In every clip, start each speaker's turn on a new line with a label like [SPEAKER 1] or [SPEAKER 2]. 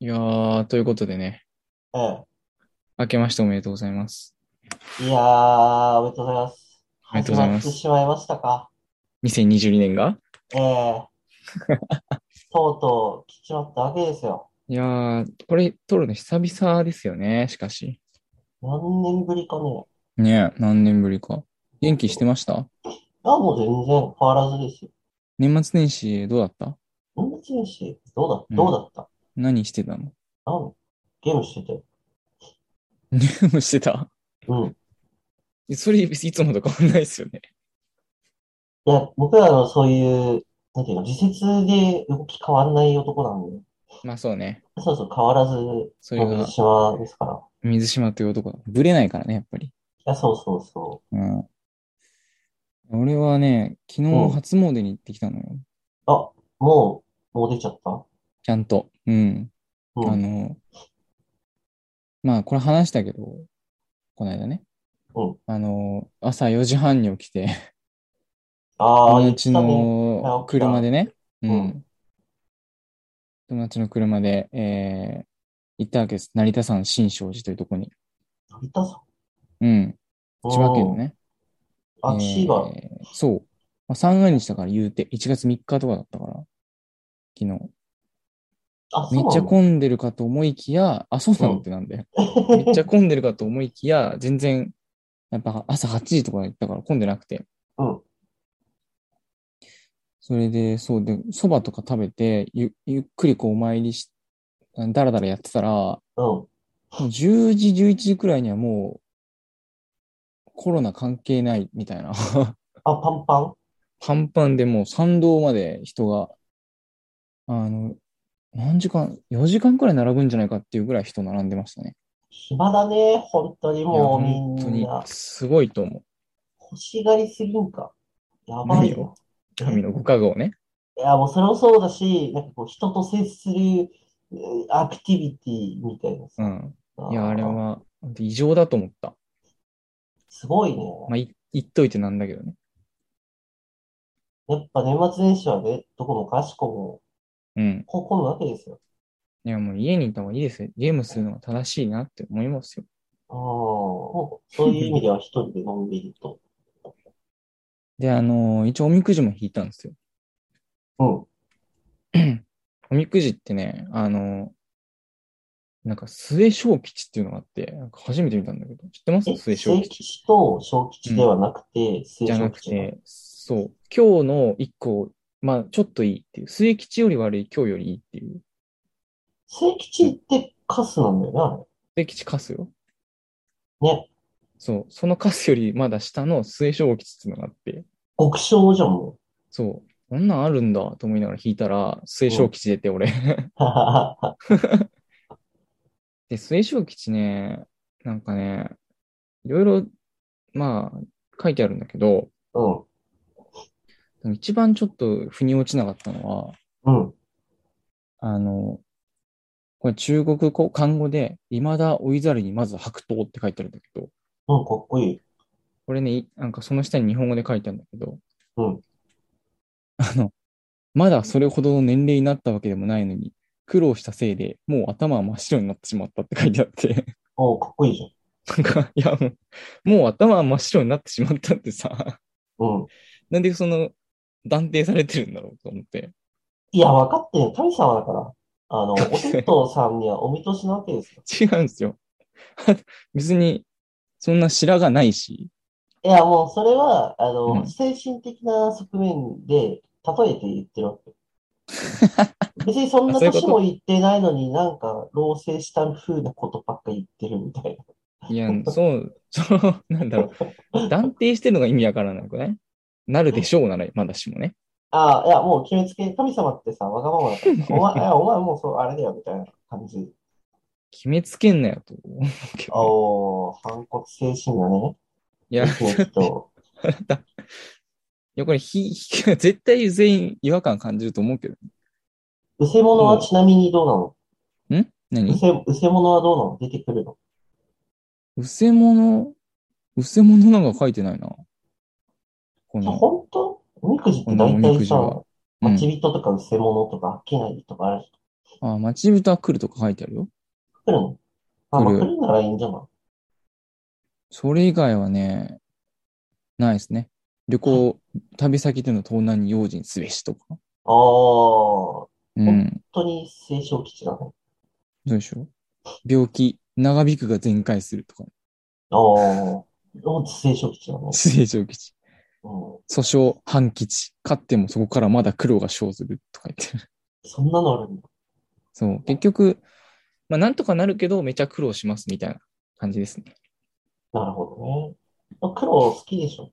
[SPEAKER 1] いやー、ということでね、
[SPEAKER 2] え
[SPEAKER 1] 明けましておめでとうございます。
[SPEAKER 2] え。いやー、おめでとうございます。
[SPEAKER 1] おめでとうございます
[SPEAKER 2] 始まってしまいましたか。
[SPEAKER 1] 2022年が
[SPEAKER 2] ええ。とうとう来ちまったわけですよ。
[SPEAKER 1] いやー、これ撮るの久々ですよね、しかし。
[SPEAKER 2] 何年ぶりかね。
[SPEAKER 1] ねえ、何年ぶりか。元気してました
[SPEAKER 2] あ、もう全然変わらずですよ。
[SPEAKER 1] 年末年始どうだった
[SPEAKER 2] 年末年始、どうだ、
[SPEAKER 1] うん
[SPEAKER 2] どうだった
[SPEAKER 1] 何してたの
[SPEAKER 2] 何ゲームしてて。
[SPEAKER 1] ゲームしてた
[SPEAKER 2] うん。い
[SPEAKER 1] それいつもと変わんないですよね。
[SPEAKER 2] や、僕らのそういう、なんていうの、自節で動き変わんない男なんで、
[SPEAKER 1] まあそうね。
[SPEAKER 2] そうそう変わらず、
[SPEAKER 1] それ
[SPEAKER 2] の
[SPEAKER 1] が
[SPEAKER 2] 三島ですから。い
[SPEAKER 1] 水島という男だ。ぶれないからね、やっぱり。
[SPEAKER 2] や、そうそうそう。
[SPEAKER 1] うん。俺はね、昨
[SPEAKER 2] うん
[SPEAKER 1] 日初詣に行ってきたのよ。
[SPEAKER 2] あ、もう、もう出ちゃった
[SPEAKER 1] ちゃんと。うん。
[SPEAKER 2] うん。
[SPEAKER 1] あの、まあ、これ話したけど、この間ね。
[SPEAKER 2] うん
[SPEAKER 1] あの、朝4時半に起きて、
[SPEAKER 2] あ
[SPEAKER 1] 友
[SPEAKER 2] あ、言っ
[SPEAKER 1] 達
[SPEAKER 2] たね。
[SPEAKER 1] の車でね、う。
[SPEAKER 2] 起きたうん
[SPEAKER 1] 友達の車で、えー、行ったわけです。成田山新勝寺というとこに。
[SPEAKER 2] いたぞ。
[SPEAKER 1] うん。
[SPEAKER 2] 千
[SPEAKER 1] 千葉県の。ね。
[SPEAKER 2] あ、千葉。
[SPEAKER 1] えーそう。まあ、三が日だから言うて、1月3日とかだったから、昨日。
[SPEAKER 2] あ、そう
[SPEAKER 1] めっ
[SPEAKER 2] な
[SPEAKER 1] ちゃ
[SPEAKER 2] の
[SPEAKER 1] 混んでるかと思いきや、あ、そうなのってなんだよ。めっちゃ混んでるかと思いきや、全然、やっぱ朝8時とか行ったから混んでなくて。
[SPEAKER 2] うん
[SPEAKER 1] それで、そうで、蕎麦とか食べて、ゆ、ゆっくりこうお参りし、だらだらやってたら、も
[SPEAKER 2] うん。
[SPEAKER 1] う10時、11時くらいにはもう、コロナ関係ないみたいな。
[SPEAKER 2] あ、パンパン
[SPEAKER 1] パンパンでもう参道まで人が、あの、何時間 ?4 時間くらい並ぶんじゃないかっていうぐらい人並んでましたね。
[SPEAKER 2] 暇だね。本当に
[SPEAKER 1] いや、
[SPEAKER 2] もうみ
[SPEAKER 1] 本当
[SPEAKER 2] ん
[SPEAKER 1] に
[SPEAKER 2] な。
[SPEAKER 1] すごいと思う。
[SPEAKER 2] 欲しがりすぎんか。やばい
[SPEAKER 1] 何を
[SPEAKER 2] よ。
[SPEAKER 1] 神のご加護をね。
[SPEAKER 2] いや、もうそれもそうだし、なんかこう、人と接するうんアクティビティみたいな
[SPEAKER 1] う
[SPEAKER 2] さ。
[SPEAKER 1] ん。いや、
[SPEAKER 2] ー
[SPEAKER 1] あれ。は、本当異常だと思った。
[SPEAKER 2] すごいね。
[SPEAKER 1] まあ、い言っといてなんだけどね。
[SPEAKER 2] やっぱ年末年始はね、どこもかしこも、
[SPEAKER 1] うん。
[SPEAKER 2] こう混むわけですよ。
[SPEAKER 1] いや、もう家にいた方がいいですよ。ゲームするのが正しいなって思いますよ。
[SPEAKER 2] うん。もうそういう意味では一人でのんびりと。
[SPEAKER 1] で、あのー一応おみくじも引いたんですよ。
[SPEAKER 2] うん。
[SPEAKER 1] おみくじってね、あのーなんか末小吉っていうのがあって、なんか初めて見たんだけど、知ってます
[SPEAKER 2] え、
[SPEAKER 1] 末小
[SPEAKER 2] 正
[SPEAKER 1] 吉。
[SPEAKER 2] 吉と小吉ではなくて、正
[SPEAKER 1] じゃ
[SPEAKER 2] 小
[SPEAKER 1] なく
[SPEAKER 2] 吉なの
[SPEAKER 1] て、そう、今日の一個、まあ、ちょっといいっていう、末吉より悪い、今日よりいいっていう。
[SPEAKER 2] 正吉ってカスなんだよ
[SPEAKER 1] 末吉カスよ。
[SPEAKER 2] ね、あれ。ね。
[SPEAKER 1] そう、そのカスよりまだ下の末小吉っていうのがあって、
[SPEAKER 2] 極小じゃん、もう。
[SPEAKER 1] そう、こんなんあるんだと思いながら弾いたら、末小吉出て、俺。で、末小吉ね、なんかね、いろいろ、まあ、書いてあるんだけど、
[SPEAKER 2] うん。
[SPEAKER 1] でも一番ちょっと腑に落ちなかったのは、
[SPEAKER 2] うん。
[SPEAKER 1] あの、これ中国語、漢語で、未だ追いざるにまず白桃って書いてあるんだけど、
[SPEAKER 2] うん、かっこいい。
[SPEAKER 1] これね、いなんかその下に日本語で書いてあるんだけど、
[SPEAKER 2] うん
[SPEAKER 1] あの、まだそれほどの年齢になったわけでもないのに、苦労したせいでもう頭は真っ白になってしまったって書いてあって、
[SPEAKER 2] おうかっこいいじ
[SPEAKER 1] なんか、いやもう、もう頭は真っ白になってしまったってさ、
[SPEAKER 2] ゃん。うん。
[SPEAKER 1] なんでその、断定されてるんだろうと思って。
[SPEAKER 2] いや、分かってるよ。神様だから。あの、お天道さんにはお見通しなわけですよ。
[SPEAKER 1] 違うんですよ。 別に、そんな白がないし、
[SPEAKER 2] いや、もう、それは、あ
[SPEAKER 1] うん
[SPEAKER 2] の、精神的な側面で、例えて言ってる わけ。別にそんな
[SPEAKER 1] あそういうこと
[SPEAKER 2] 年も言ってないのになんか、老成した風なことばっか言ってるみたい
[SPEAKER 1] いや、そう、そう、なんだろ う。断定してるのが意味わからないくないなるでしょうなら、まだしもね。
[SPEAKER 2] な。ああ、いや、もう決めつけ、神様ってさ、わがままだから さ、お前、いやお前もうそう、あれだよ、みたいな感じ。
[SPEAKER 1] 決めつけんなよと思うけど。
[SPEAKER 2] おー、反骨精神がね、
[SPEAKER 1] いや、い
[SPEAKER 2] きっと。
[SPEAKER 1] やこれ、ひ、ひ 絶対全員違和感感じると思うけど。
[SPEAKER 2] うせ者はちなみにどうなの
[SPEAKER 1] ん
[SPEAKER 2] う
[SPEAKER 1] 何
[SPEAKER 2] せ、うせ者はどうなの出てくるの
[SPEAKER 1] うせ者、うせ者なんか書いてないな。こ
[SPEAKER 2] じゃあ、
[SPEAKER 1] の、
[SPEAKER 2] 本当おみくじって
[SPEAKER 1] このお
[SPEAKER 2] 大
[SPEAKER 1] みく
[SPEAKER 2] 体
[SPEAKER 1] じは
[SPEAKER 2] さ、
[SPEAKER 1] うん
[SPEAKER 2] 待ち人とかうせ者とか商いとかあるじ
[SPEAKER 1] あ、町豚来るとか書いてあるよ。
[SPEAKER 2] 来るのあ、まあ、
[SPEAKER 1] 来る
[SPEAKER 2] 来るならいいんじゃない
[SPEAKER 1] それ以外はね、ないですね。旅行、旅先での東南に用心すべしとか。
[SPEAKER 2] ああ、本
[SPEAKER 1] うん。
[SPEAKER 2] 当に青少期だね。
[SPEAKER 1] どうでしょう。病気、長引くが全開するとか。
[SPEAKER 2] ああ、本当に青少期だね。
[SPEAKER 1] 正常基地。
[SPEAKER 2] うん。
[SPEAKER 1] 訴訟、反基地。勝ってもそこからまだ苦労が生ずるとか言ってる。
[SPEAKER 2] そんなのあるんだ。
[SPEAKER 1] そう。結局、まあなんとかなるけど、めちゃ苦労しますみたいな感じですね。
[SPEAKER 2] なるほどね。黒好きでしょ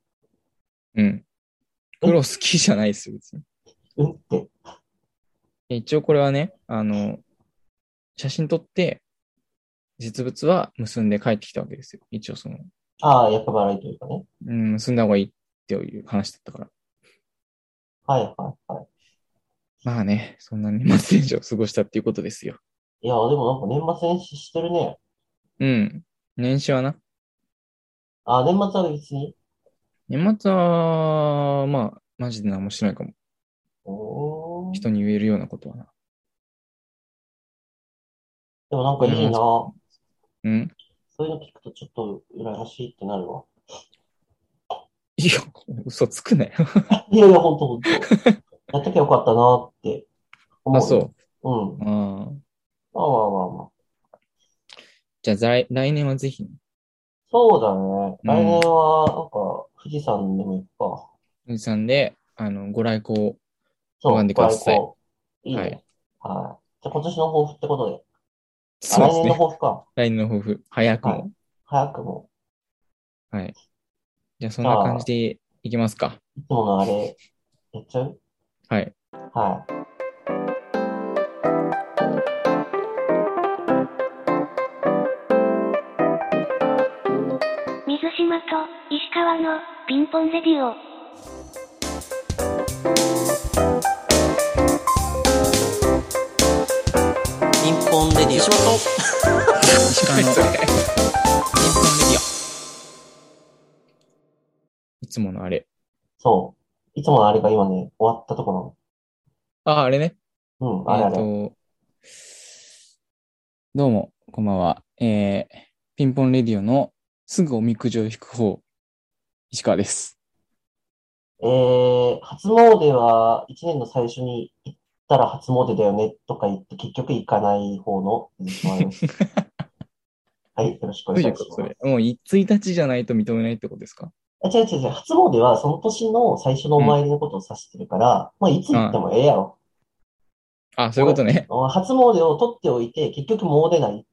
[SPEAKER 1] うん。苦労好きじゃないですよ、別に。
[SPEAKER 2] うんって。
[SPEAKER 1] 一応これはね、あの、写真撮って、実物は結んで帰ってきたわけですよ。一応その、
[SPEAKER 2] ああ、厄払いというかね。
[SPEAKER 1] うん、結んだ方がいいっていう話だったから。
[SPEAKER 2] はいはいはい。
[SPEAKER 1] まあね、そんな年末年始を過ごしたっていうことですよ。
[SPEAKER 2] いや、でもなんか年末年始してるね。
[SPEAKER 1] うん。年始はな。
[SPEAKER 2] ああ、年末は別に。
[SPEAKER 1] 年末は、まあ、マジで何もしないかも。
[SPEAKER 2] うーん。で
[SPEAKER 1] 人に言えるようなことはな。
[SPEAKER 2] もなんかいいな。そ
[SPEAKER 1] うん
[SPEAKER 2] ういうの聞くとちょっと羨ましいってなるわ。
[SPEAKER 1] いや、嘘つくなよ。
[SPEAKER 2] いやいや、ほんとほ んと。やっときゃよかったなって思
[SPEAKER 1] あ、
[SPEAKER 2] うよ。。
[SPEAKER 1] そう
[SPEAKER 2] う
[SPEAKER 1] う。。ああ。
[SPEAKER 2] んまあまあまあまあ。
[SPEAKER 1] じゃあ、来来年はぜひ、
[SPEAKER 2] そうだね。来
[SPEAKER 1] うん
[SPEAKER 2] 年は、なんか、富士山でも行くか。
[SPEAKER 1] 富士山で、あの、ご来光を
[SPEAKER 2] そう、
[SPEAKER 1] 拝んでください
[SPEAKER 2] これ行こういいね。はい。じゃあ今年の抱負ってことで。
[SPEAKER 1] そう
[SPEAKER 2] あ
[SPEAKER 1] で
[SPEAKER 2] 来
[SPEAKER 1] す
[SPEAKER 2] 年の
[SPEAKER 1] ね。
[SPEAKER 2] 抱負か。
[SPEAKER 1] 来年の抱負。早くも。
[SPEAKER 2] 早くも。
[SPEAKER 1] はい。じゃあ、そんな感じでいきますか。
[SPEAKER 2] いつものあれ、やっちゃう
[SPEAKER 1] はい。
[SPEAKER 2] はい。
[SPEAKER 3] 水島と石川のピンポンレディオ。
[SPEAKER 4] ピンポンレディオ。仕事
[SPEAKER 1] 石川の、日本レディ オ。いつものあれ。
[SPEAKER 2] そう。いつものあれが今ね、終わったとこ
[SPEAKER 1] あ、あれね。
[SPEAKER 2] なの。うん、あ
[SPEAKER 1] え
[SPEAKER 2] れ
[SPEAKER 1] っ、
[SPEAKER 2] あれ。
[SPEAKER 1] と、どうも、こんばんは。えー、ピンポンレディオのすぐおみくじを引く方、石川です。
[SPEAKER 2] えー、初詣は1年の最初に行ったら初詣だよねとか言って、結局行かない方の水 島です。はい、よろしくお
[SPEAKER 1] ど
[SPEAKER 2] 願
[SPEAKER 1] う
[SPEAKER 2] い
[SPEAKER 1] い
[SPEAKER 2] し
[SPEAKER 1] うこと
[SPEAKER 2] ます
[SPEAKER 1] そ。れ。もう1日じゃないと認めないってことですか
[SPEAKER 2] あ、違う違う違う。初詣はその年の最初のお参りのことを指してるから、まあ、いつ行ってもええやろ。
[SPEAKER 1] あ、そういうことね。
[SPEAKER 2] 初詣を取っておいて、結局詣でないっ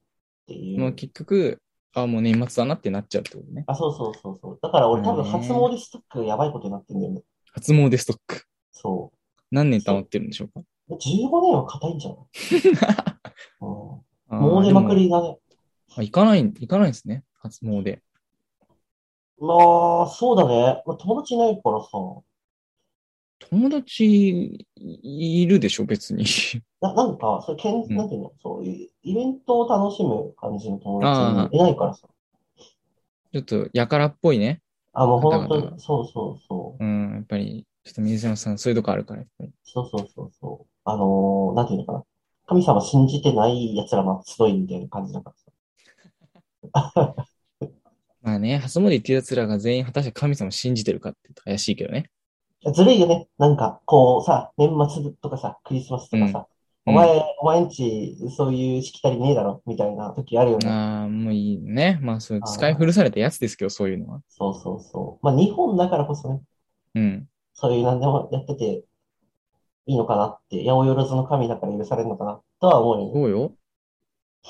[SPEAKER 2] てい
[SPEAKER 1] もう
[SPEAKER 2] う。
[SPEAKER 1] 結局、あ、もう年末だなってなっちゃうってことね。
[SPEAKER 2] あ、そうそうそうそう。だから俺多分
[SPEAKER 1] ね
[SPEAKER 2] 初詣ストックやばいことになってんだよね。
[SPEAKER 1] 初詣ストック。
[SPEAKER 2] そ
[SPEAKER 1] 何年溜まってるんでしょうか
[SPEAKER 2] う。15年は硬いんじゃないうん。
[SPEAKER 1] あー
[SPEAKER 2] 詣
[SPEAKER 1] でも
[SPEAKER 2] まくりだね。
[SPEAKER 1] あ行かない、行かないんですね。初詣。
[SPEAKER 2] まあ、そうだね。まあ、友達いないからさ。
[SPEAKER 1] 友達いいるでしょ、別に。
[SPEAKER 2] な、なんか、それ、けん、
[SPEAKER 1] うん
[SPEAKER 2] なんていうの、そういう、イベントを楽しむ感じの友
[SPEAKER 1] あ
[SPEAKER 2] 達
[SPEAKER 1] ー
[SPEAKER 2] いないからさ。
[SPEAKER 1] ちょっと、やからっぽいね。
[SPEAKER 2] あ、もう本当
[SPEAKER 1] だか
[SPEAKER 2] に、そうそうそう。
[SPEAKER 1] うん、やっぱり、ちょっと水島さん、そういうとこあるから、やっぱり。
[SPEAKER 2] そうそうそうそう。あのー、なんていうのかな。神様信じてない奴らの集いみたいな感じだからさ。
[SPEAKER 1] まあね、初詣行ってる奴らが全員果たして神様信じてるかって言うと怪しいけどね。
[SPEAKER 2] いやずるいよね。なんか、こうさ、年末とかさ、クリスマスとかさ、
[SPEAKER 1] うん
[SPEAKER 2] お前、お前んち、そういうしきたりねえだろ、みたいな時あるよね。
[SPEAKER 1] ああ、もういいね。まあ、そういう使い古されたやつですけど、そういうのは。
[SPEAKER 2] そうそうそう。まあ、日本だからこそね、
[SPEAKER 1] うん。
[SPEAKER 2] そういう何でもやってていいのかなって、八百万の神だから許されるのかな、とは思うよね。
[SPEAKER 1] そうよ。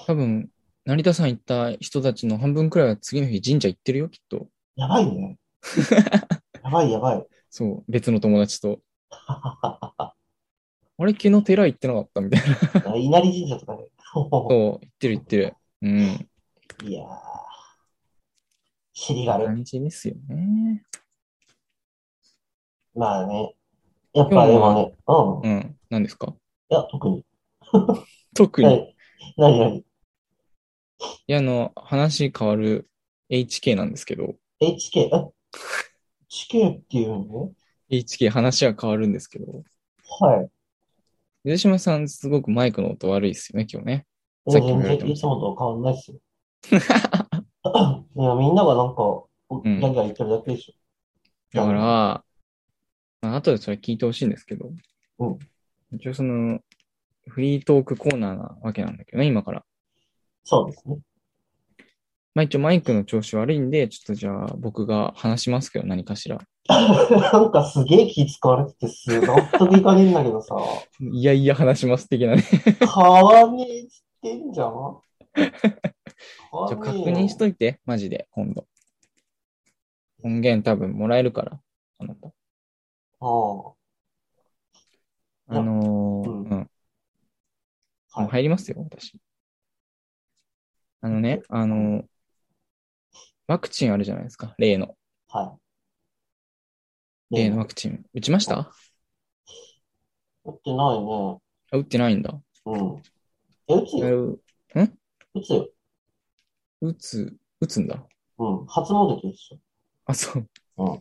[SPEAKER 1] 多分、成田さん行った人たちの半分くらいは次の日神社行ってるよ、きっと。
[SPEAKER 2] やばい ね。やばいやばい。
[SPEAKER 1] そう、別の友達と。あれ、昨日寺行ってなかったみたいな。
[SPEAKER 2] 稲荷神社とかね。
[SPEAKER 1] そう、行ってる行ってる。うん。
[SPEAKER 2] いやー、尻がある。
[SPEAKER 1] 感じですよね。
[SPEAKER 2] まあね。やっぱでもね、うん。
[SPEAKER 1] う
[SPEAKER 2] い
[SPEAKER 1] ん。何ですか
[SPEAKER 2] や、特に。
[SPEAKER 1] 特に。
[SPEAKER 2] 何、何、何
[SPEAKER 1] いや、あの、話変わる HK なんですけど、
[SPEAKER 2] ?HK、え ?HK っていうの
[SPEAKER 1] HK 話は変わるんですけど、
[SPEAKER 2] はい。
[SPEAKER 1] 水島さん、すごくマイクの音悪いですよね、今日ね。さっきも言
[SPEAKER 2] 全
[SPEAKER 1] われて
[SPEAKER 2] 然
[SPEAKER 1] ま
[SPEAKER 2] い
[SPEAKER 1] し
[SPEAKER 2] つもと変わんないっすよ。 いや、みんながなんか、ギ
[SPEAKER 1] ん
[SPEAKER 2] ャーギャー言ってるだけでしょ。
[SPEAKER 1] だから、まあ後でそれ聞いてほしいんですけど
[SPEAKER 2] うん、
[SPEAKER 1] 一応その、フリートークコーナーなわけなんだけどね、今から。
[SPEAKER 2] そうですね。
[SPEAKER 1] まあ一応マイクの調子悪いんで、ちょっとじゃあ僕が話しますけど、何かしら。
[SPEAKER 2] なんかすげえ気使われててす、納得いかねえんだけどさ、
[SPEAKER 1] いやいや話します的なね。じ
[SPEAKER 2] 変わねえっつって んじゃん。変わ
[SPEAKER 1] ゃあ確
[SPEAKER 2] ねえよ
[SPEAKER 1] 認しといて、マジで、今度。音源多分もらえるから、あなた。
[SPEAKER 2] あ
[SPEAKER 1] あのー
[SPEAKER 2] うん
[SPEAKER 1] うん。
[SPEAKER 2] あ、
[SPEAKER 1] もう
[SPEAKER 2] はい。
[SPEAKER 1] 入りますよ、私。あのね、あのーワクチンあるじゃないですか、例の。
[SPEAKER 2] はい。
[SPEAKER 1] 例のワクチン。打ちました
[SPEAKER 2] 打ってないね。
[SPEAKER 1] あ打ってないんだ。
[SPEAKER 2] うん。え、打つ
[SPEAKER 1] や
[SPEAKER 2] よ。
[SPEAKER 1] る
[SPEAKER 2] 打つよ。
[SPEAKER 1] 打つ、打つんだ。
[SPEAKER 2] うん。初詣と一緒。
[SPEAKER 1] あ、そう。
[SPEAKER 2] うん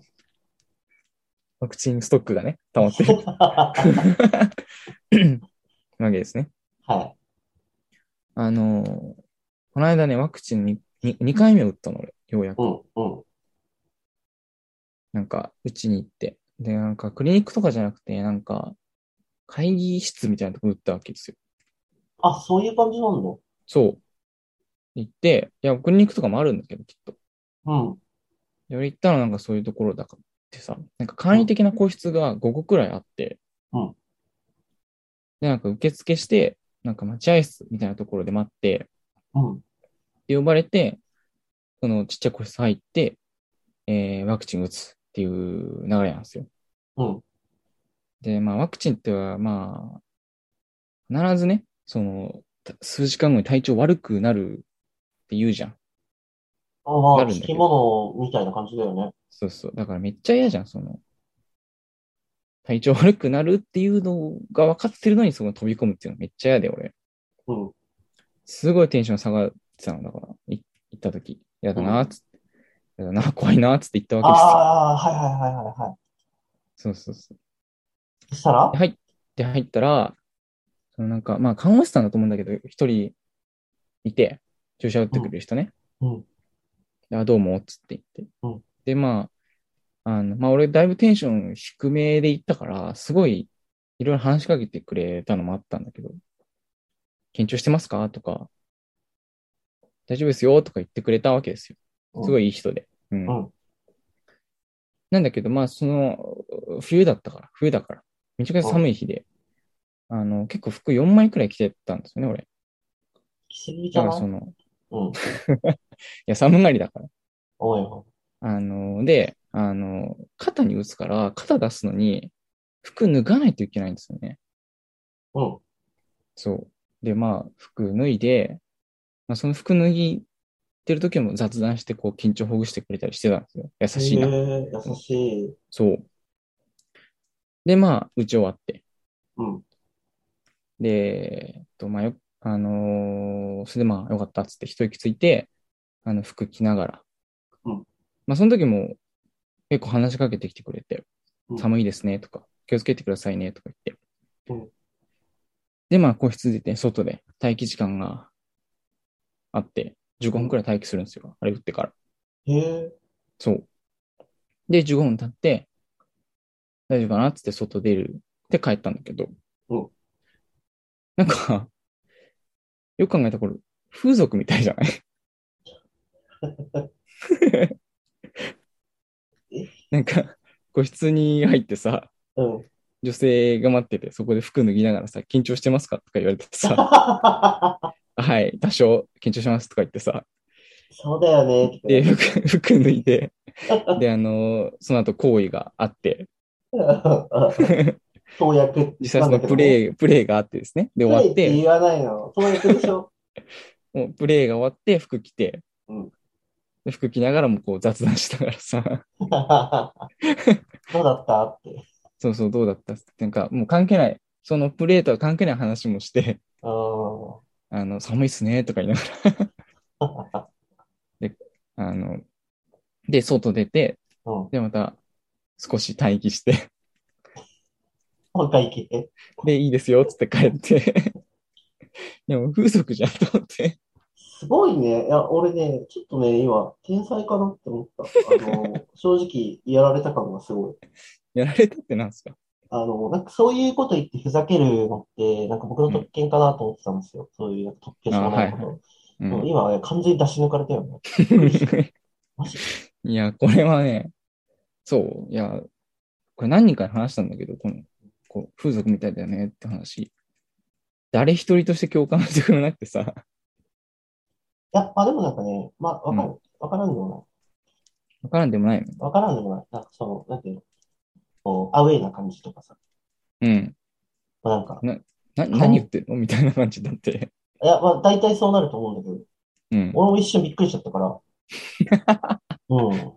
[SPEAKER 1] ワクチンストックがね、溜まって る。
[SPEAKER 2] は
[SPEAKER 1] なわけですね。
[SPEAKER 2] い。
[SPEAKER 1] あのーこの間ね、ワクチンに 2, 回目を打ったの、俺、ようやく。
[SPEAKER 2] うん、うん。
[SPEAKER 1] なんか、うちに行って。で、なんか、クリニックとかじゃなくて、なんか、会議室みたいなとこ打ったわけですよ。
[SPEAKER 2] あ、そういう感じなんだ。
[SPEAKER 1] そう。行って、いや、クリニックとかもあるんだけど、きっと。
[SPEAKER 2] うん。
[SPEAKER 1] で、俺行ったらなんかそういうところだからってさ、なんか簡易的な個室が5個くらいあって、
[SPEAKER 2] うん
[SPEAKER 1] で、なんか受付して、なんか待合室みたいなところで待って、
[SPEAKER 2] うん。
[SPEAKER 1] で、呼ばれて、そのちっちゃい個室入って、えー、ワクチン打つっていう流れなんですよ。
[SPEAKER 2] うん。
[SPEAKER 1] で、まあ、ワクチンっては、まあ、必ずね、その、た数時間後に体調悪くなるって言うじゃん。
[SPEAKER 2] あま
[SPEAKER 1] な
[SPEAKER 2] あ、
[SPEAKER 1] るんだけど
[SPEAKER 2] 付き物みたいな感じだよね。
[SPEAKER 1] そうそう。だからめっちゃ嫌じゃん、その。体調悪くなるっていうのが分かってるのにそこに飛び込むっていうのめっちゃ嫌で、俺。
[SPEAKER 2] うん。
[SPEAKER 1] すごいテンション下がってたのだから、い行った時。嫌だなーっつって。嫌だな、怖いなーっつって言った
[SPEAKER 2] あ
[SPEAKER 1] わ
[SPEAKER 2] あ、はいはいはいはいは
[SPEAKER 1] けですよ。そうそうそう。
[SPEAKER 2] い。そしたら
[SPEAKER 1] で、入って入ったら、そのなんか、まあ、看護師さんだと思うんだけど、一人いて、注射打ってくる人ね。
[SPEAKER 2] うん
[SPEAKER 1] であ、どうも、っつって言って。
[SPEAKER 2] うん
[SPEAKER 1] で、まあ、あの、まあ、俺、だいぶテンション低めで行ったから、すごい、いろいろ話しかけてくれたのもあったんだけど、緊張してますかとか、大丈夫ですよとか言ってくれたわけですよ。すご
[SPEAKER 2] い。
[SPEAKER 1] いいい人で。うん。
[SPEAKER 2] うん
[SPEAKER 1] なんだけど、まあ、その、冬だったから、冬だから、めちゃくちゃ寒い日で、あの、結構服4枚くらい着てたんですよね、俺。
[SPEAKER 2] 着すぎじ
[SPEAKER 1] だ
[SPEAKER 2] ゃ
[SPEAKER 1] から
[SPEAKER 2] ない
[SPEAKER 1] その、
[SPEAKER 2] うん。
[SPEAKER 1] いや、寒がりだから。
[SPEAKER 2] おいお
[SPEAKER 1] あの、で、あの、肩に打つから、肩出すのに、服脱がないといけないんですよね。
[SPEAKER 2] い。うん。
[SPEAKER 1] そう。で、まあ、服脱いで、まあ、その服脱ぎてる時も雑談して、こう、緊張ほぐしてくれたりしてたんですよ。優しいな。
[SPEAKER 2] へえ優しい。
[SPEAKER 1] そう。で、まあ、打ち終わって。
[SPEAKER 2] うん。
[SPEAKER 1] で、えっと、まあ、よ、あのーそれでまあ、よかったっつって、一息ついて、あの、服着ながら。
[SPEAKER 2] うん
[SPEAKER 1] まあ、その時も、結構話しかけてきてくれて
[SPEAKER 2] う、ん
[SPEAKER 1] 寒いですね、とか、気をつけてくださいね、とか言って。
[SPEAKER 2] うん
[SPEAKER 1] で、まあ、個室出て、外で待機時間があって、15分くらい待機するんですよ。あれ打ってから。
[SPEAKER 2] へえ
[SPEAKER 1] そう。で、15分経って、大丈夫かなっつって外出る。で、帰ったんだけど。
[SPEAKER 2] うん
[SPEAKER 1] なんか、よく考えたこれ、風俗みたいじゃない なんか、個室に入ってさ、
[SPEAKER 2] うん。
[SPEAKER 1] 女性が待ってて、そこで服脱ぎながらさ、緊張してますかとか言われて さ、はい、多少緊張しますとか言ってさ、
[SPEAKER 2] そうだよね。
[SPEAKER 1] で、服、服脱いで、で、あの、その後行為があって、
[SPEAKER 2] 投薬
[SPEAKER 1] 実際そのプ
[SPEAKER 2] イ
[SPEAKER 1] レイ、プレイがあってですね。で、終わっ
[SPEAKER 2] って
[SPEAKER 1] て、
[SPEAKER 2] 言わないの。投薬で しょ。
[SPEAKER 1] もうプレイが終わって、服着て、
[SPEAKER 2] うん
[SPEAKER 1] で服着ながらもこう雑談しながらさ、
[SPEAKER 2] どうだったって。
[SPEAKER 1] そうそう、どうだったっつって、なんかもう関係ない、そのプレイとは関係ない話もして、
[SPEAKER 2] うん。
[SPEAKER 1] あの、寒いっすね、とか言いながら、あの、で、外出て、
[SPEAKER 2] うん。
[SPEAKER 1] で、また少し待機して、
[SPEAKER 2] 本会行けて。
[SPEAKER 1] で、いいですよ、つって帰って。 でも、風俗じゃんと思って。
[SPEAKER 2] すごいね。いや、俺ね、ちょっとね、今、天才かなって思った。あ の、正直、やられた感がすごい。
[SPEAKER 1] やられたってなんですか
[SPEAKER 2] あの、なんかそういうこと言ってふざけるのって、なんか僕の特権かなと思ってたんですよ。そういうなんか特権しかないこと。
[SPEAKER 1] う。
[SPEAKER 2] もうん今ね、完全に出し抜かれたよね。びっくりしたマジ
[SPEAKER 1] いや、これはね、そう、いや、これ何人かに話したんだけど、この、こう、風俗みたいだよねって話。誰一人として共感してくれなくてさ、
[SPEAKER 2] いや、まあでもなんかね、まあ、わかる。わからんでも
[SPEAKER 1] わからんでもないの。
[SPEAKER 2] ない。わからんでもない。なんかその、なんていうの、こう、アウェイな感じとかさ。
[SPEAKER 1] うん。
[SPEAKER 2] まあなんか、
[SPEAKER 1] な、
[SPEAKER 2] い
[SPEAKER 1] 何言ってんのみたいな感じだって。
[SPEAKER 2] いや、まあ大体そうなると思うんだけど、
[SPEAKER 1] うん。
[SPEAKER 2] 俺も一瞬びっくりしちゃったから。 うん。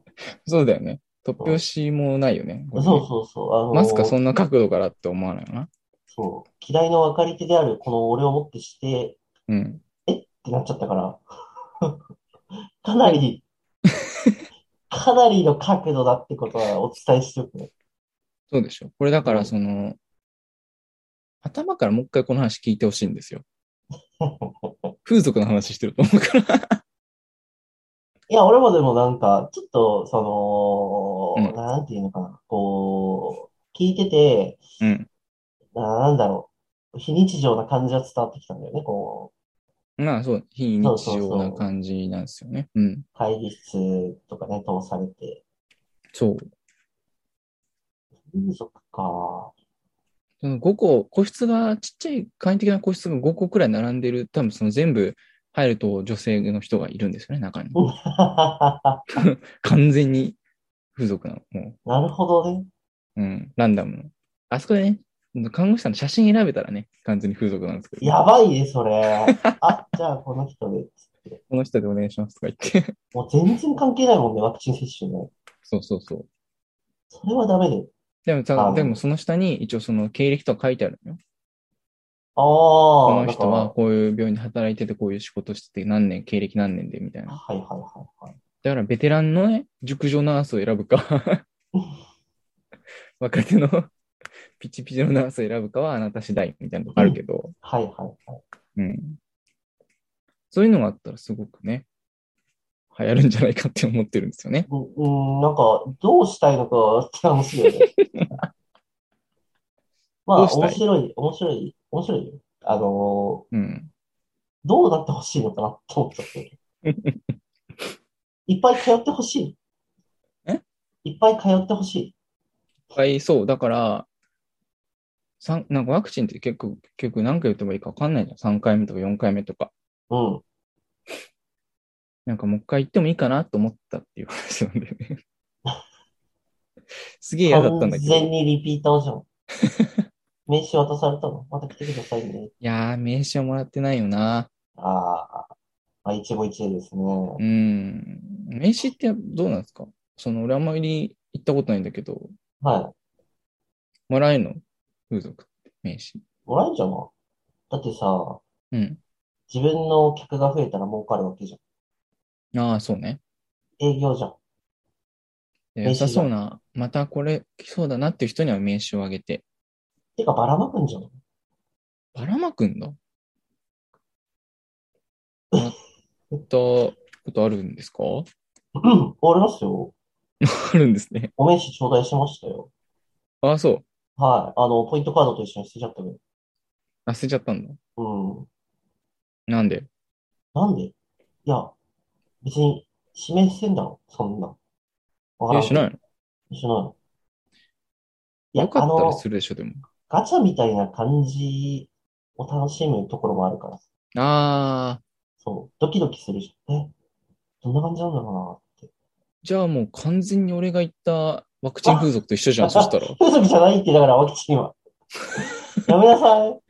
[SPEAKER 1] そうだよね。突拍子もないよね。
[SPEAKER 2] そうそうそう。あの
[SPEAKER 1] マスカそんな角度からって思わないよな。
[SPEAKER 2] そう。嫌いの分かり手であるこの俺をもってして、
[SPEAKER 1] うん。
[SPEAKER 2] ってなっちゃったから。 か なり、かなりの角度だってことはお伝えしておくね。
[SPEAKER 1] そうでしょ。これだか
[SPEAKER 2] うん
[SPEAKER 1] ら、その、頭からもう一回この話聞いてほしいんですよ。風俗の話してると思うから。
[SPEAKER 2] いや、俺もでもなんか、ちょっと、その、
[SPEAKER 1] うん
[SPEAKER 2] なんていうのかな、こう、聞いてて、
[SPEAKER 1] うん。
[SPEAKER 2] ななんだろう、非日常な感じは伝わってきたんだよね、こ
[SPEAKER 1] まあそう、非
[SPEAKER 2] そ
[SPEAKER 1] 日
[SPEAKER 2] うそうそう
[SPEAKER 1] 常な感じなんですよね。うん。
[SPEAKER 2] う、会議室とかね、通されて。
[SPEAKER 1] そう。
[SPEAKER 2] 風俗か。
[SPEAKER 1] その5個、個室が、ちっちゃい簡易的な個室が5個くらい並んでる、多分その全部入ると女性の人がいるんですよね、中に。完全に風俗なの。も
[SPEAKER 2] なるほどね。
[SPEAKER 1] う、うん、ランダムの。あそこでね、看護師さんの写真選べたらね、完全に風俗なんですけど、
[SPEAKER 2] やばいね、それ。 あ、じゃあこの人で、つって。
[SPEAKER 1] この人でお願いしますとか言って。
[SPEAKER 2] もう全然関係ないもんね、ワクチン接種ね。
[SPEAKER 1] そうそうそう。
[SPEAKER 2] それはダメで。
[SPEAKER 1] でもさ
[SPEAKER 2] あ、
[SPEAKER 1] でもその下に一応その経歴とか書いてあるのよ。
[SPEAKER 2] あ
[SPEAKER 1] こ
[SPEAKER 2] あ、
[SPEAKER 1] の
[SPEAKER 2] なん
[SPEAKER 1] 人
[SPEAKER 2] か、
[SPEAKER 1] は
[SPEAKER 2] は
[SPEAKER 1] こういう病院で働いてて、こういう仕事してて、何年、経歴何年でみたい
[SPEAKER 2] い
[SPEAKER 1] な。
[SPEAKER 2] はいはいはい。
[SPEAKER 1] だからベテランのね、熟女ナースを選ぶ か、若手のピチピチのナースを選ぶかはあなた次第みたいなのがあるけど、
[SPEAKER 2] はいはいはい。
[SPEAKER 1] うん。そういうのがあったらすごくね、流行るんじゃないかって思ってるんですよね。
[SPEAKER 2] ううん、なんか、どうしたいのかって話だよね。 ま
[SPEAKER 1] ど
[SPEAKER 2] あ、
[SPEAKER 1] うしたい
[SPEAKER 2] 面白い、面白い、面白いよ。あの
[SPEAKER 1] うん。
[SPEAKER 2] ー、どうなってほしいのかなって思っち ゃって。いっぱい通ってほしい。
[SPEAKER 1] え
[SPEAKER 2] いっぱい通ってほしい。
[SPEAKER 1] はい、そう。だから、さんなんかワクチンって結構、結局何回打ってもいいか分かんないじゃん。3回目とか4回目とか。
[SPEAKER 2] うん。
[SPEAKER 1] なんかもう一回行ってもいいかなと思ったっていう話なんだよ ね。すげえ嫌だったんだけど。
[SPEAKER 2] 完全にリピーターじゃん。 名刺渡されたのまた来てくださいね。
[SPEAKER 1] いやー、名刺はもらってないよな。
[SPEAKER 2] あーあ、一期一会ですね。
[SPEAKER 1] うん。名刺ってどうなんですかその、俺あんまり行ったことないんだけど、
[SPEAKER 2] はい。
[SPEAKER 1] もらえるの風俗って、名刺。
[SPEAKER 2] もらえるじゃないだってさ、
[SPEAKER 1] うん。
[SPEAKER 2] 自分の客が増えたら儲かるわけじゃ
[SPEAKER 1] ああ、そうね。
[SPEAKER 2] ん。営業じゃん。
[SPEAKER 1] で
[SPEAKER 2] 名
[SPEAKER 1] 良
[SPEAKER 2] 刺
[SPEAKER 1] さ
[SPEAKER 2] が
[SPEAKER 1] そうな、またこれ来そうだなっていう人には名刺をあげて。
[SPEAKER 2] てかばらまくんじゃん。
[SPEAKER 1] ばらまくんだもらったことあるんですか
[SPEAKER 2] うん、ありますよ。
[SPEAKER 1] あるんですね。
[SPEAKER 2] お名刺頂戴しましたよ。
[SPEAKER 1] ああ、そう。
[SPEAKER 2] はい。あの、ポイントカードと一緒に捨てちゃったけど。
[SPEAKER 1] あ捨てちゃったんだ。
[SPEAKER 2] うん。
[SPEAKER 1] なんで
[SPEAKER 2] なんでいや、別に指名してんだろ、そんな。わから
[SPEAKER 1] え、
[SPEAKER 2] ん
[SPEAKER 1] しないの
[SPEAKER 2] しない。いや、
[SPEAKER 1] よかった
[SPEAKER 2] あ
[SPEAKER 1] ら
[SPEAKER 2] の、
[SPEAKER 1] するでしょ、でも。
[SPEAKER 2] ガチャみたいな感じを楽しむところもあるから。
[SPEAKER 1] ああ、
[SPEAKER 2] そう。ドキドキするじゃん。え、どんな感じなんだろうなって。
[SPEAKER 1] じゃあもう完全に俺が言ったワクチン風俗と一緒 じゃん、そしたら。
[SPEAKER 2] 風俗じゃないってだから、ワクチ ンは。やめなさい。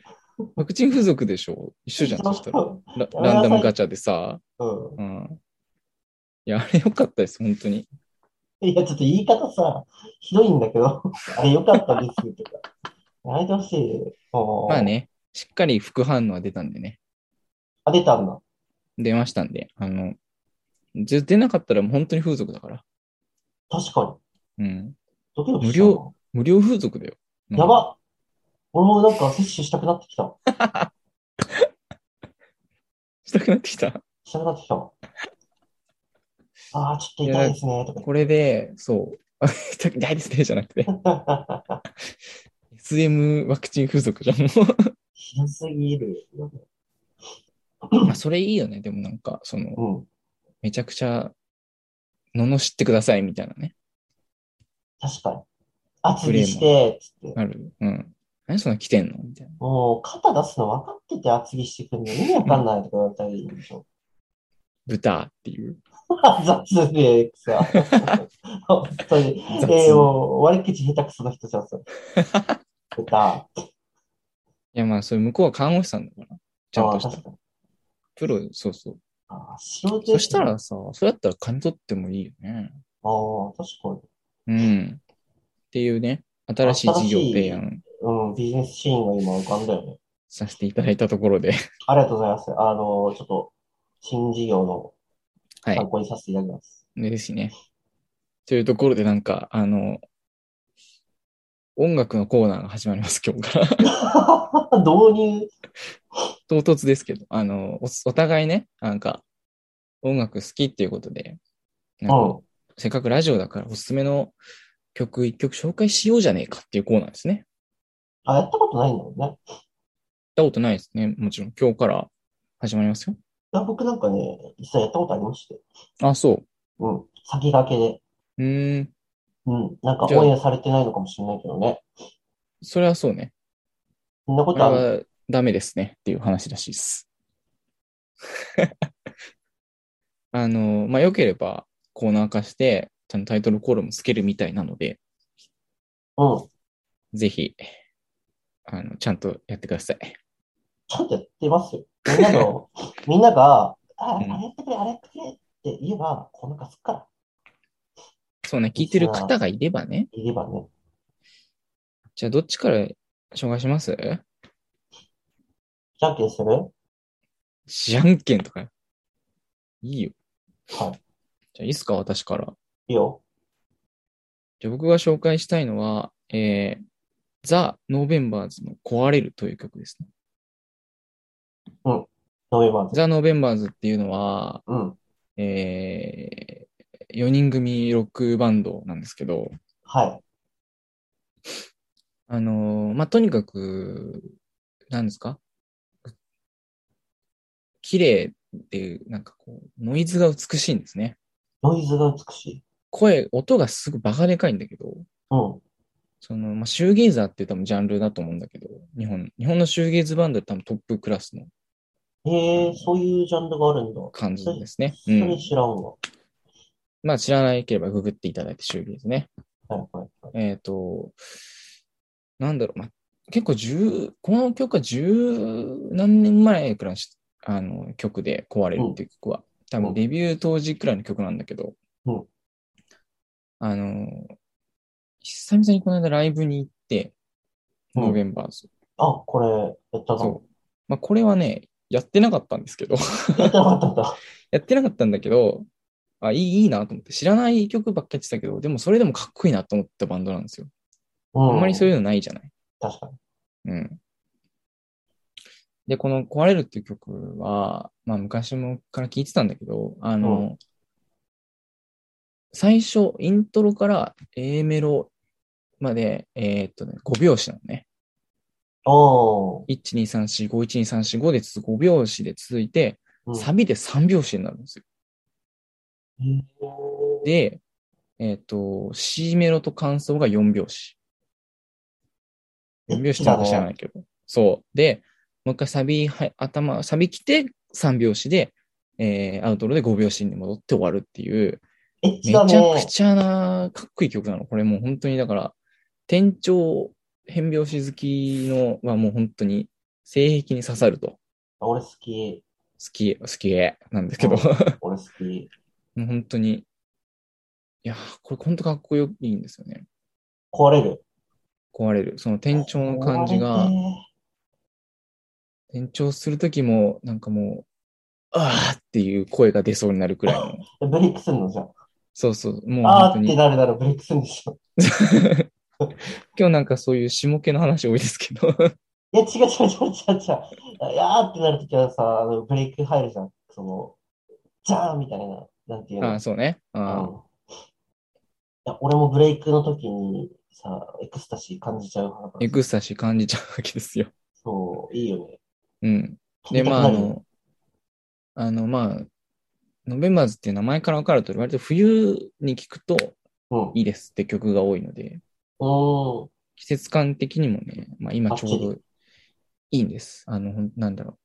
[SPEAKER 1] ワクチン風俗でしょ一緒じゃん、そしたら。
[SPEAKER 2] う
[SPEAKER 1] ラ
[SPEAKER 2] やめなさい
[SPEAKER 1] ランダムガチャでさ。
[SPEAKER 2] ん。
[SPEAKER 1] うん。いや、あれよかったです、本当に。
[SPEAKER 2] いや、ちょっと言い方さ、ひどいんだけど、 あれ良かったですとか。やめてほしい。もう
[SPEAKER 1] まあ。ね、しっかり副反応は出たんでね。
[SPEAKER 2] あ、出たんだ。
[SPEAKER 1] 出ましたんで。あの、ぜ出なかったらもう本当に風俗だから。
[SPEAKER 2] 確かに。
[SPEAKER 1] うん。
[SPEAKER 2] ドキドキしたな
[SPEAKER 1] 無料風俗だよ。
[SPEAKER 2] やば。俺もなんか摂取したくなってきた。
[SPEAKER 1] したくなってきた。
[SPEAKER 2] したくなっ てきた。ああ、ちょっと痛いですね、とか
[SPEAKER 1] これで、そう。あ痛いですね、じゃなくて。
[SPEAKER 2] 言って。
[SPEAKER 1] SM ワクチン風俗 じゃん、もう。
[SPEAKER 2] ひどすぎる。
[SPEAKER 1] まあ、それいいよね。でもなんか、その、
[SPEAKER 2] うん。
[SPEAKER 1] めちゃくちゃ、罵ってください、みたいなね。
[SPEAKER 2] 確かに。厚着して、つって。
[SPEAKER 1] ある。うん。何そんな来てんのみたいな。
[SPEAKER 2] もう、肩出すの分かってて厚着してくるの意味わかんないとか言われたらいいんでしょ。
[SPEAKER 1] 豚っていう。
[SPEAKER 2] 雑でさ。 本当に。
[SPEAKER 1] 雑
[SPEAKER 2] えー、もう、割り口下手くそな人じゃん、それ。歌。
[SPEAKER 1] いや、まあ、それ向こうは看護師さんだから。ちゃんとし
[SPEAKER 2] あー
[SPEAKER 1] た
[SPEAKER 2] 確。かに
[SPEAKER 1] プロ、そうそう。
[SPEAKER 2] あー素人
[SPEAKER 1] そしたらさ、それだったら金取ってもいいよね。
[SPEAKER 2] ああ、確か
[SPEAKER 1] う
[SPEAKER 2] に。
[SPEAKER 1] ん。っていうね、新しい事業提案
[SPEAKER 2] うん、ビジネスシーンが今浮かんだよね。
[SPEAKER 1] させていただいたところで。
[SPEAKER 2] ありがとうございます。あの、ちょっと、新事業の
[SPEAKER 1] はい。
[SPEAKER 2] 参考にさせていただきます。
[SPEAKER 1] ですね。というところで、なんか、あの、音楽のコーナーが 始まります、今日から。
[SPEAKER 2] 導入。
[SPEAKER 1] 唐突ですけど、あの、おお互いね、なんか、音楽好きっていうことで、なんか
[SPEAKER 2] うん
[SPEAKER 1] せっかくラジオだからおすすめの曲一曲紹介しようじゃねえかっていうコーナーですね。
[SPEAKER 2] あ、やったことないんだもんね。
[SPEAKER 1] やったことないですね。もちろん今日から始まりますよ。
[SPEAKER 2] いや僕なんかね、実際やったことありまして。
[SPEAKER 1] あ、そ
[SPEAKER 2] うん。先駆けで。
[SPEAKER 1] う。うーん。
[SPEAKER 2] うん。なんか
[SPEAKER 1] じゃあ
[SPEAKER 2] オンエアされてないのかもしれないけどね。
[SPEAKER 1] それはそうね。
[SPEAKER 2] そんな
[SPEAKER 1] こ
[SPEAKER 2] こ
[SPEAKER 1] とれ
[SPEAKER 2] ある。
[SPEAKER 1] はダメですねっていう話らしいです。 あの、まあ、良ければコーナー化して、ちゃんとタイトルコールもつけるみたいなので、
[SPEAKER 2] うん。
[SPEAKER 1] ぜひ、あの、ちゃんとやってください。
[SPEAKER 2] ちゃんとやってますよ。みん なの、みんなが、あ、あ
[SPEAKER 1] う
[SPEAKER 2] れ
[SPEAKER 1] ん
[SPEAKER 2] やってくれ、あれやってくれって言えば、こんなかすっから。
[SPEAKER 1] そうね、聞いてる方がいればね。
[SPEAKER 2] いればね。
[SPEAKER 1] じゃあ、どっちから紹介します
[SPEAKER 2] じゃんけんする
[SPEAKER 1] じゃんけんとか。いいよ。
[SPEAKER 2] はい。
[SPEAKER 1] じゃあ、いいっすか、私から。
[SPEAKER 2] いいよ。
[SPEAKER 1] じゃあ、僕が紹介したいのは、えー、ザ・ノーベンバーズの壊れるという曲ですね。
[SPEAKER 2] 飲めます。
[SPEAKER 1] ザ・ノーベンバーズっていうのは、
[SPEAKER 2] うん。
[SPEAKER 1] えー、4人組ロックバンドなんですけど、
[SPEAKER 2] はい。
[SPEAKER 1] あのーまあ、とにかく、なんですか綺麗っていう、なんかこう、ノイズが美しいんですね。
[SPEAKER 2] ノイズが美しい。
[SPEAKER 1] 声、音がすごいバカでかいんだけど、
[SPEAKER 2] うん。
[SPEAKER 1] その、まあ、シューゲイザーって多分ジャンルだと思うんだけど、日本、日本のシューゲイズバンドで多分トップクラスの
[SPEAKER 2] へえ、そういうジャンルがあるんだ。
[SPEAKER 1] 感じですすね。
[SPEAKER 2] そうれ
[SPEAKER 1] ん。
[SPEAKER 2] 知らんわ。
[SPEAKER 1] まあ、知らなければググっていただいて、シューゲイズね。
[SPEAKER 2] はいはいはい。
[SPEAKER 1] えっ、と、なんだろう、まあ、結構十、この曲は十何年前くらいのしあの曲で壊れるっていう曲は、多
[SPEAKER 2] う
[SPEAKER 1] 分
[SPEAKER 2] ん
[SPEAKER 1] デビュー当時くらいの曲なんだけど、
[SPEAKER 2] うん
[SPEAKER 1] あの、久々にこの間ライブに行って、
[SPEAKER 2] うん
[SPEAKER 1] ノーベンバーズ。
[SPEAKER 2] あ、これ、やったぞ。
[SPEAKER 1] そう。まあ、これはね、やってなかったんですけど、
[SPEAKER 2] やってなかったんだ。
[SPEAKER 1] やってなかったんだけど、あ、いい、いいなと思って、知らない曲ばっかりやってたけど、でもそれでもかっこいいなと思ったバンドなんですよ。
[SPEAKER 2] う ん。
[SPEAKER 1] あんまりそういうのないじゃない。
[SPEAKER 2] 確かに。
[SPEAKER 1] うん。で、この壊れるっていう曲は、まあ昔もから聞いてたんだけど、あの、
[SPEAKER 2] う
[SPEAKER 1] 最初、イントロから A メロまで、えーっとね、5拍子なのね。
[SPEAKER 2] おー。
[SPEAKER 1] 1,2,3,4,5,1,2,3,4,5でつ5拍子で続いて、
[SPEAKER 2] うん
[SPEAKER 1] サビで3拍子になるんですよ。
[SPEAKER 2] へえ
[SPEAKER 1] で、えーっと、C メロと感想が4拍子。4拍子ってのか知らないけど。そう。で、もう一回サビ、はい、頭、サビ来て3拍子で、えー、アウトロで5拍子に戻って終わるっていう、
[SPEAKER 2] エッ
[SPEAKER 1] め
[SPEAKER 2] チ
[SPEAKER 1] ち
[SPEAKER 2] だ
[SPEAKER 1] ゃ
[SPEAKER 2] ね。
[SPEAKER 1] くちゃな、かっこいい曲なの。これもう本当にだから、転調、変拍子好きのはもう本当に、性癖に刺さると。
[SPEAKER 2] 俺好き。
[SPEAKER 1] 好き、好きなんですけど、も
[SPEAKER 2] う俺好き。
[SPEAKER 1] う本当に、いやー、これ本当かっこよいいんですよね。
[SPEAKER 2] 壊れる。
[SPEAKER 1] 壊れる。その転調の感じが、
[SPEAKER 2] 壊れ
[SPEAKER 1] 転調するときも、なんかもう、あーっていう声が出そうになるくらいの。
[SPEAKER 2] てーブレイクすんのじゃん。
[SPEAKER 1] そうそう、もう本
[SPEAKER 2] あ
[SPEAKER 1] 当
[SPEAKER 2] ーって
[SPEAKER 1] に。
[SPEAKER 2] なるならブレイクすんでしょ。
[SPEAKER 1] 今日なんかそういう下系の話多いですけど。
[SPEAKER 2] いや、違う違う違う違う違う。いやーってなるときはさ、あの、ブレイク入るじゃん。その、じゃーんみたいな、なんてい う
[SPEAKER 1] あ
[SPEAKER 2] の。
[SPEAKER 1] あ、そうね。
[SPEAKER 2] うん
[SPEAKER 1] あ
[SPEAKER 2] いや、俺もブレイクの時にさ、エクスタシー感じちゃう派だか
[SPEAKER 1] あ、
[SPEAKER 2] ら
[SPEAKER 1] エクスタシー感じちゃうわけですよ。
[SPEAKER 2] そう、いいよね。
[SPEAKER 1] うん。で、まあ、あの、あの、まあ、ノベンバーズっていう名前から分かるとおり、割と冬に聞くと
[SPEAKER 2] うん。
[SPEAKER 1] いいですって曲が多いので、
[SPEAKER 2] うん。
[SPEAKER 1] 季節感的にもね、まあ今ちょう
[SPEAKER 2] バッ
[SPEAKER 1] どいいんです。あの、ほんなんだろう。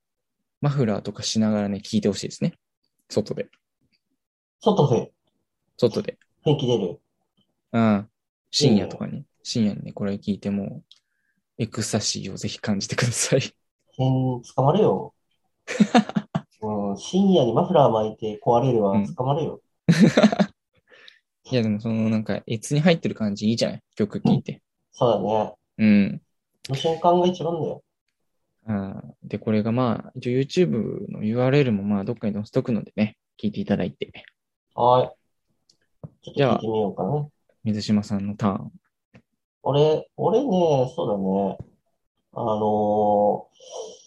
[SPEAKER 1] マフラーとかしながらね、聞いてほしいですね。外で。
[SPEAKER 2] 外で
[SPEAKER 1] 外で。
[SPEAKER 2] 天気出る。
[SPEAKER 1] うん。深夜とかに、深夜にね、これ聞いても、エクサシーをぜひ感じてくだ さい。
[SPEAKER 2] 変、捕まるよ。うん、深夜にマフラー巻いて壊れる
[SPEAKER 1] う
[SPEAKER 2] わ
[SPEAKER 1] ん。
[SPEAKER 2] 捕まるよ。
[SPEAKER 1] いや、でもそのなんか、エツに入ってる感じいいじゃない曲聴いて。
[SPEAKER 2] そうだね。
[SPEAKER 1] うん。
[SPEAKER 2] の瞬間が一番だよ。
[SPEAKER 1] あーで、これがまあ、一応 YouTube の URL もまあ、どっかに載せとくのでね、聞いていただいて、
[SPEAKER 2] はーい。ちょっと
[SPEAKER 1] じゃあ
[SPEAKER 2] 聞いてみようかな。
[SPEAKER 1] 水島さんのターン。
[SPEAKER 2] 俺、俺ね、そうだね。あのー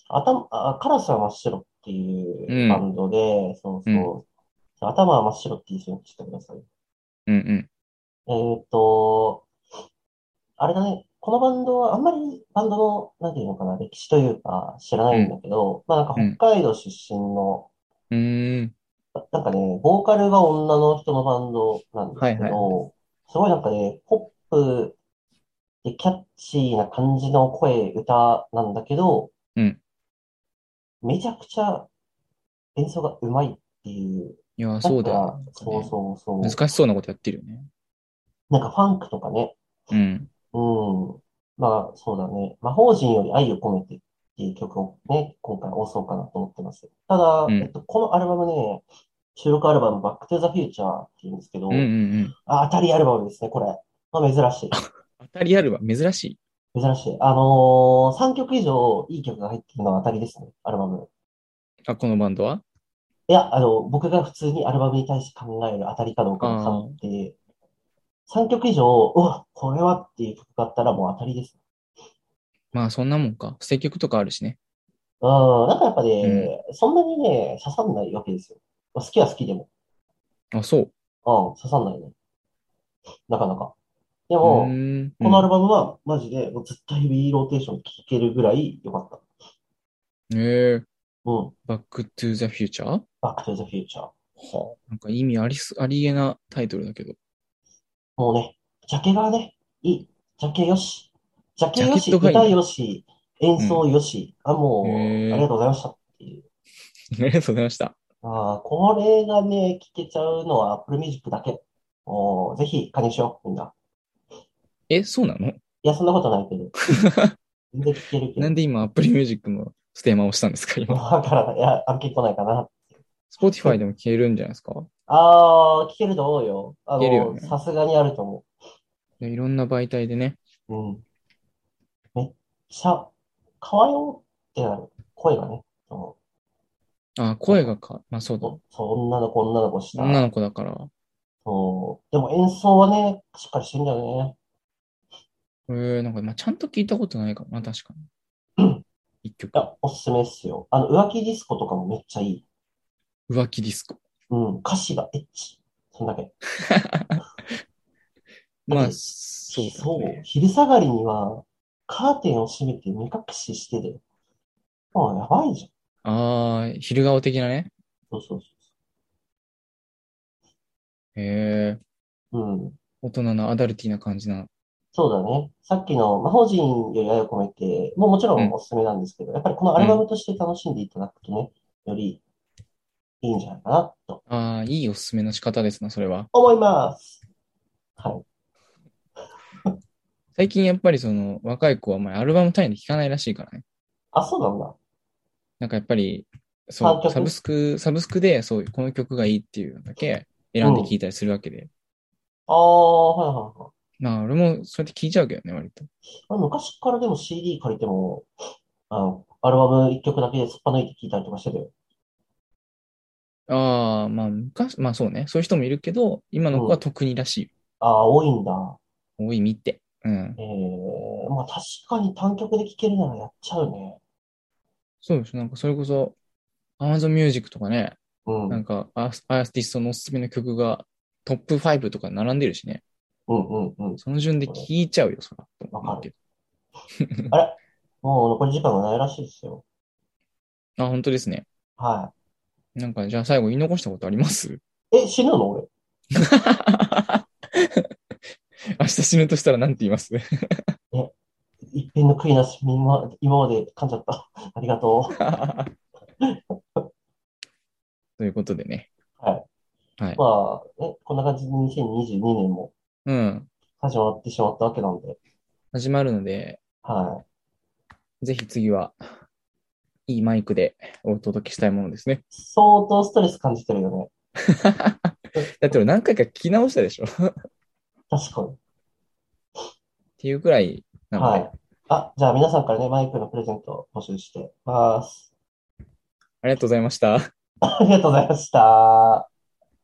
[SPEAKER 2] 頭、あ、カラスは真っ白っていう
[SPEAKER 1] うん
[SPEAKER 2] バンドで、そうそう。頭は真っ白って一緒にしてください。
[SPEAKER 1] うんうん。
[SPEAKER 2] えーっと、あれだね、このバンドは、あんまりバンドの、なんていうのかな、歴史というか知らないんだけど、まあなんか北海道出身の、
[SPEAKER 1] うーん。
[SPEAKER 2] なんかね、ボーカルが女の人のバンドなんですけ
[SPEAKER 1] はい
[SPEAKER 2] ど、すごいなんかね、ポップでキャッチーな感じの声、歌なんだけど、
[SPEAKER 1] うん
[SPEAKER 2] めちゃくちゃ演奏がうまいっていう、
[SPEAKER 1] いやー、そうだ
[SPEAKER 2] なん
[SPEAKER 1] よ
[SPEAKER 2] か、
[SPEAKER 1] ね。
[SPEAKER 2] そうそうそう、
[SPEAKER 1] 難しそうなことやってるよね。
[SPEAKER 2] なんかファンクとかね、
[SPEAKER 1] うん。
[SPEAKER 2] うん。まあ、そうだね。魔法陣より愛を込めてっていう曲をね、今回押そうかなと思ってます。ただ、
[SPEAKER 1] うん
[SPEAKER 2] えっと、このアルバムね、収録アルバム、バックトゥザフューチャーっていうんですけど、
[SPEAKER 1] うんうんうん。
[SPEAKER 2] あ、当たりアルバムですね、これ。まあ、珍しい。
[SPEAKER 1] 当たりあるわ。珍しい。
[SPEAKER 2] 珍しい。あのー、3曲以上いい曲が入ってるのは当たりですね、アルバム。
[SPEAKER 1] あ、このバンドはい
[SPEAKER 2] や、あの、僕が普通にアルバムに対して考える当たりかどうかの判定。3曲以上、うわ、これはっていう曲があったらもう当たりです。
[SPEAKER 1] まあ、そんなもんか。捨て曲とかあるしね。
[SPEAKER 2] うん、なんかやっぱね、そんなにね、刺さんないわけですよ。まあ、好きは好きでも。
[SPEAKER 1] あ、そう。
[SPEAKER 2] うん、刺さんないね。なかなか。で
[SPEAKER 1] う
[SPEAKER 2] も、
[SPEAKER 1] ーん。
[SPEAKER 2] このアル
[SPEAKER 1] バ
[SPEAKER 2] バムはマジでもう絶対ヘビーローテーション聴けるぐらい良かった。
[SPEAKER 1] ム。えー、
[SPEAKER 2] うん。
[SPEAKER 1] バックトゥザフューチャーは
[SPEAKER 2] バックトゥザフューチャー。
[SPEAKER 1] あ。なんか意味ありす、ありげなタイトルだけど。
[SPEAKER 2] もうね、ジャケがね、いい。ジャケよし。ジャケよし、
[SPEAKER 1] ジャケットがいい
[SPEAKER 2] 歌よし、演奏よし。あ、もう、
[SPEAKER 1] へー
[SPEAKER 2] ありがとうございましたっていう。
[SPEAKER 1] ありがとうございました。
[SPEAKER 2] ああ、これがね、聴けちゃうのは Apple Music だけ。もう、ぜひ加入しよう、みんな。
[SPEAKER 1] え、そうなの
[SPEAKER 2] いや、そんなことな いけど。全然聞けるけ
[SPEAKER 1] なん
[SPEAKER 2] ど。
[SPEAKER 1] で今、アップルミュージックのステーマをしたんですか、今。
[SPEAKER 2] わからない。いや、案件来ないかな。
[SPEAKER 1] Spotify でも消えるんじゃないですか
[SPEAKER 2] ああ、聞けると思うよ。あ
[SPEAKER 1] 聞けるよ
[SPEAKER 2] の、
[SPEAKER 1] ね
[SPEAKER 2] さすがにあると思
[SPEAKER 1] でいろんな媒体でね。
[SPEAKER 2] う。うん。めっちゃ、かわよってなる。声がね。そ
[SPEAKER 1] あ、声がか。まあそうだ。
[SPEAKER 2] う、そう女の子、女の子した。
[SPEAKER 1] 女の子だから。
[SPEAKER 2] そう。でも演奏はね、しっかりしてんだよね。
[SPEAKER 1] えー、なんか、まあちゃんと聞いたことないかも。まあ確かに。一曲
[SPEAKER 2] い。や、おすすめっすよ。あの、浮気ディスコとかもめっちゃいい。
[SPEAKER 1] 浮気ディス コ。
[SPEAKER 2] うん。歌詞がエッチ。そんだけ。
[SPEAKER 1] まあ
[SPEAKER 2] だ、って
[SPEAKER 1] そうだ
[SPEAKER 2] そう
[SPEAKER 1] ね。
[SPEAKER 2] 昼下がりには、カーテンを閉めて目隠ししてで。もうやばいじゃん。
[SPEAKER 1] ああ、昼顔的なね。
[SPEAKER 2] そうそうそう。
[SPEAKER 1] えー、
[SPEAKER 2] うん。
[SPEAKER 1] 大人のアダルティーな感じな。
[SPEAKER 2] そうだね。さっきの魔法陣より愛を込めて、もうもちろんおすすめなんですけど、やっぱりこのアルバムとして楽しんでいただくとね、よりいいんじゃないかなと
[SPEAKER 1] ああ、いいおすすめの仕方ですな、それは。
[SPEAKER 2] 思います。はい。
[SPEAKER 1] 最近やっぱりその、若い子はまあアルバム単位で聴かないらしいからね。
[SPEAKER 2] あ、そうなんだ。
[SPEAKER 1] なんかやっぱり、
[SPEAKER 2] あ
[SPEAKER 1] そう、
[SPEAKER 2] 曲
[SPEAKER 1] サブスク、サブスクで、そういう、この曲がいいっていうのだけ選んで聴いたりするわけで。
[SPEAKER 2] ああ、はいはいはい。
[SPEAKER 1] まあ、俺もそうやって聴いちゃうけどね、割と。
[SPEAKER 2] 俺昔からでも CD 借りても、あの、アルバム1曲だけで突っぱ抜いて聴いたりとかしてたよ。
[SPEAKER 1] ああ、まあ、昔、まあそうね。そういう人もいるけど、今の子は特にらしい。
[SPEAKER 2] ああ、多いんだ。
[SPEAKER 1] 多いみって。うん。
[SPEAKER 2] えー、まあ確かに単曲で聴けるならやっちゃうね。
[SPEAKER 1] そうです。なんかそれこそ、Amazon Music とかね、
[SPEAKER 2] うん。
[SPEAKER 1] なんかアースアーティストのおすすめの曲がトップ5とか並んでるしね。
[SPEAKER 2] うんうんうん。
[SPEAKER 1] その順で聴いちゃうよ、そら。と思うけ
[SPEAKER 2] あれもう残り時間がないらしいですよ。
[SPEAKER 1] ど。あ、本当ですね。
[SPEAKER 2] は
[SPEAKER 1] なんか、じゃあ最後言い残したことあります
[SPEAKER 2] い。え、死ぬの俺。
[SPEAKER 1] 明日死ぬとしたら何て言います
[SPEAKER 2] 一品の悔いなし、今今まで噛んじゃった。 ありがとう。
[SPEAKER 1] ということでね。。
[SPEAKER 2] はい
[SPEAKER 1] はい。
[SPEAKER 2] まあ、え、こんな感じで2022年も
[SPEAKER 1] うん。
[SPEAKER 2] 始まってしまったわけなんで。
[SPEAKER 1] 始まるので、
[SPEAKER 2] は
[SPEAKER 1] ぜひ次は、いいマイクでお届けしたいものですね
[SPEAKER 2] い。。相当ストレス感じてるよね。
[SPEAKER 1] だって俺何回か聞き直したでしょっ
[SPEAKER 2] 確かに。
[SPEAKER 1] ていうくらいなの
[SPEAKER 2] は
[SPEAKER 1] で、
[SPEAKER 2] い。あ、じゃあ皆さんからね、マイクのプレゼントを募集してます。
[SPEAKER 1] ありがとうございました。
[SPEAKER 2] ありがとうございました。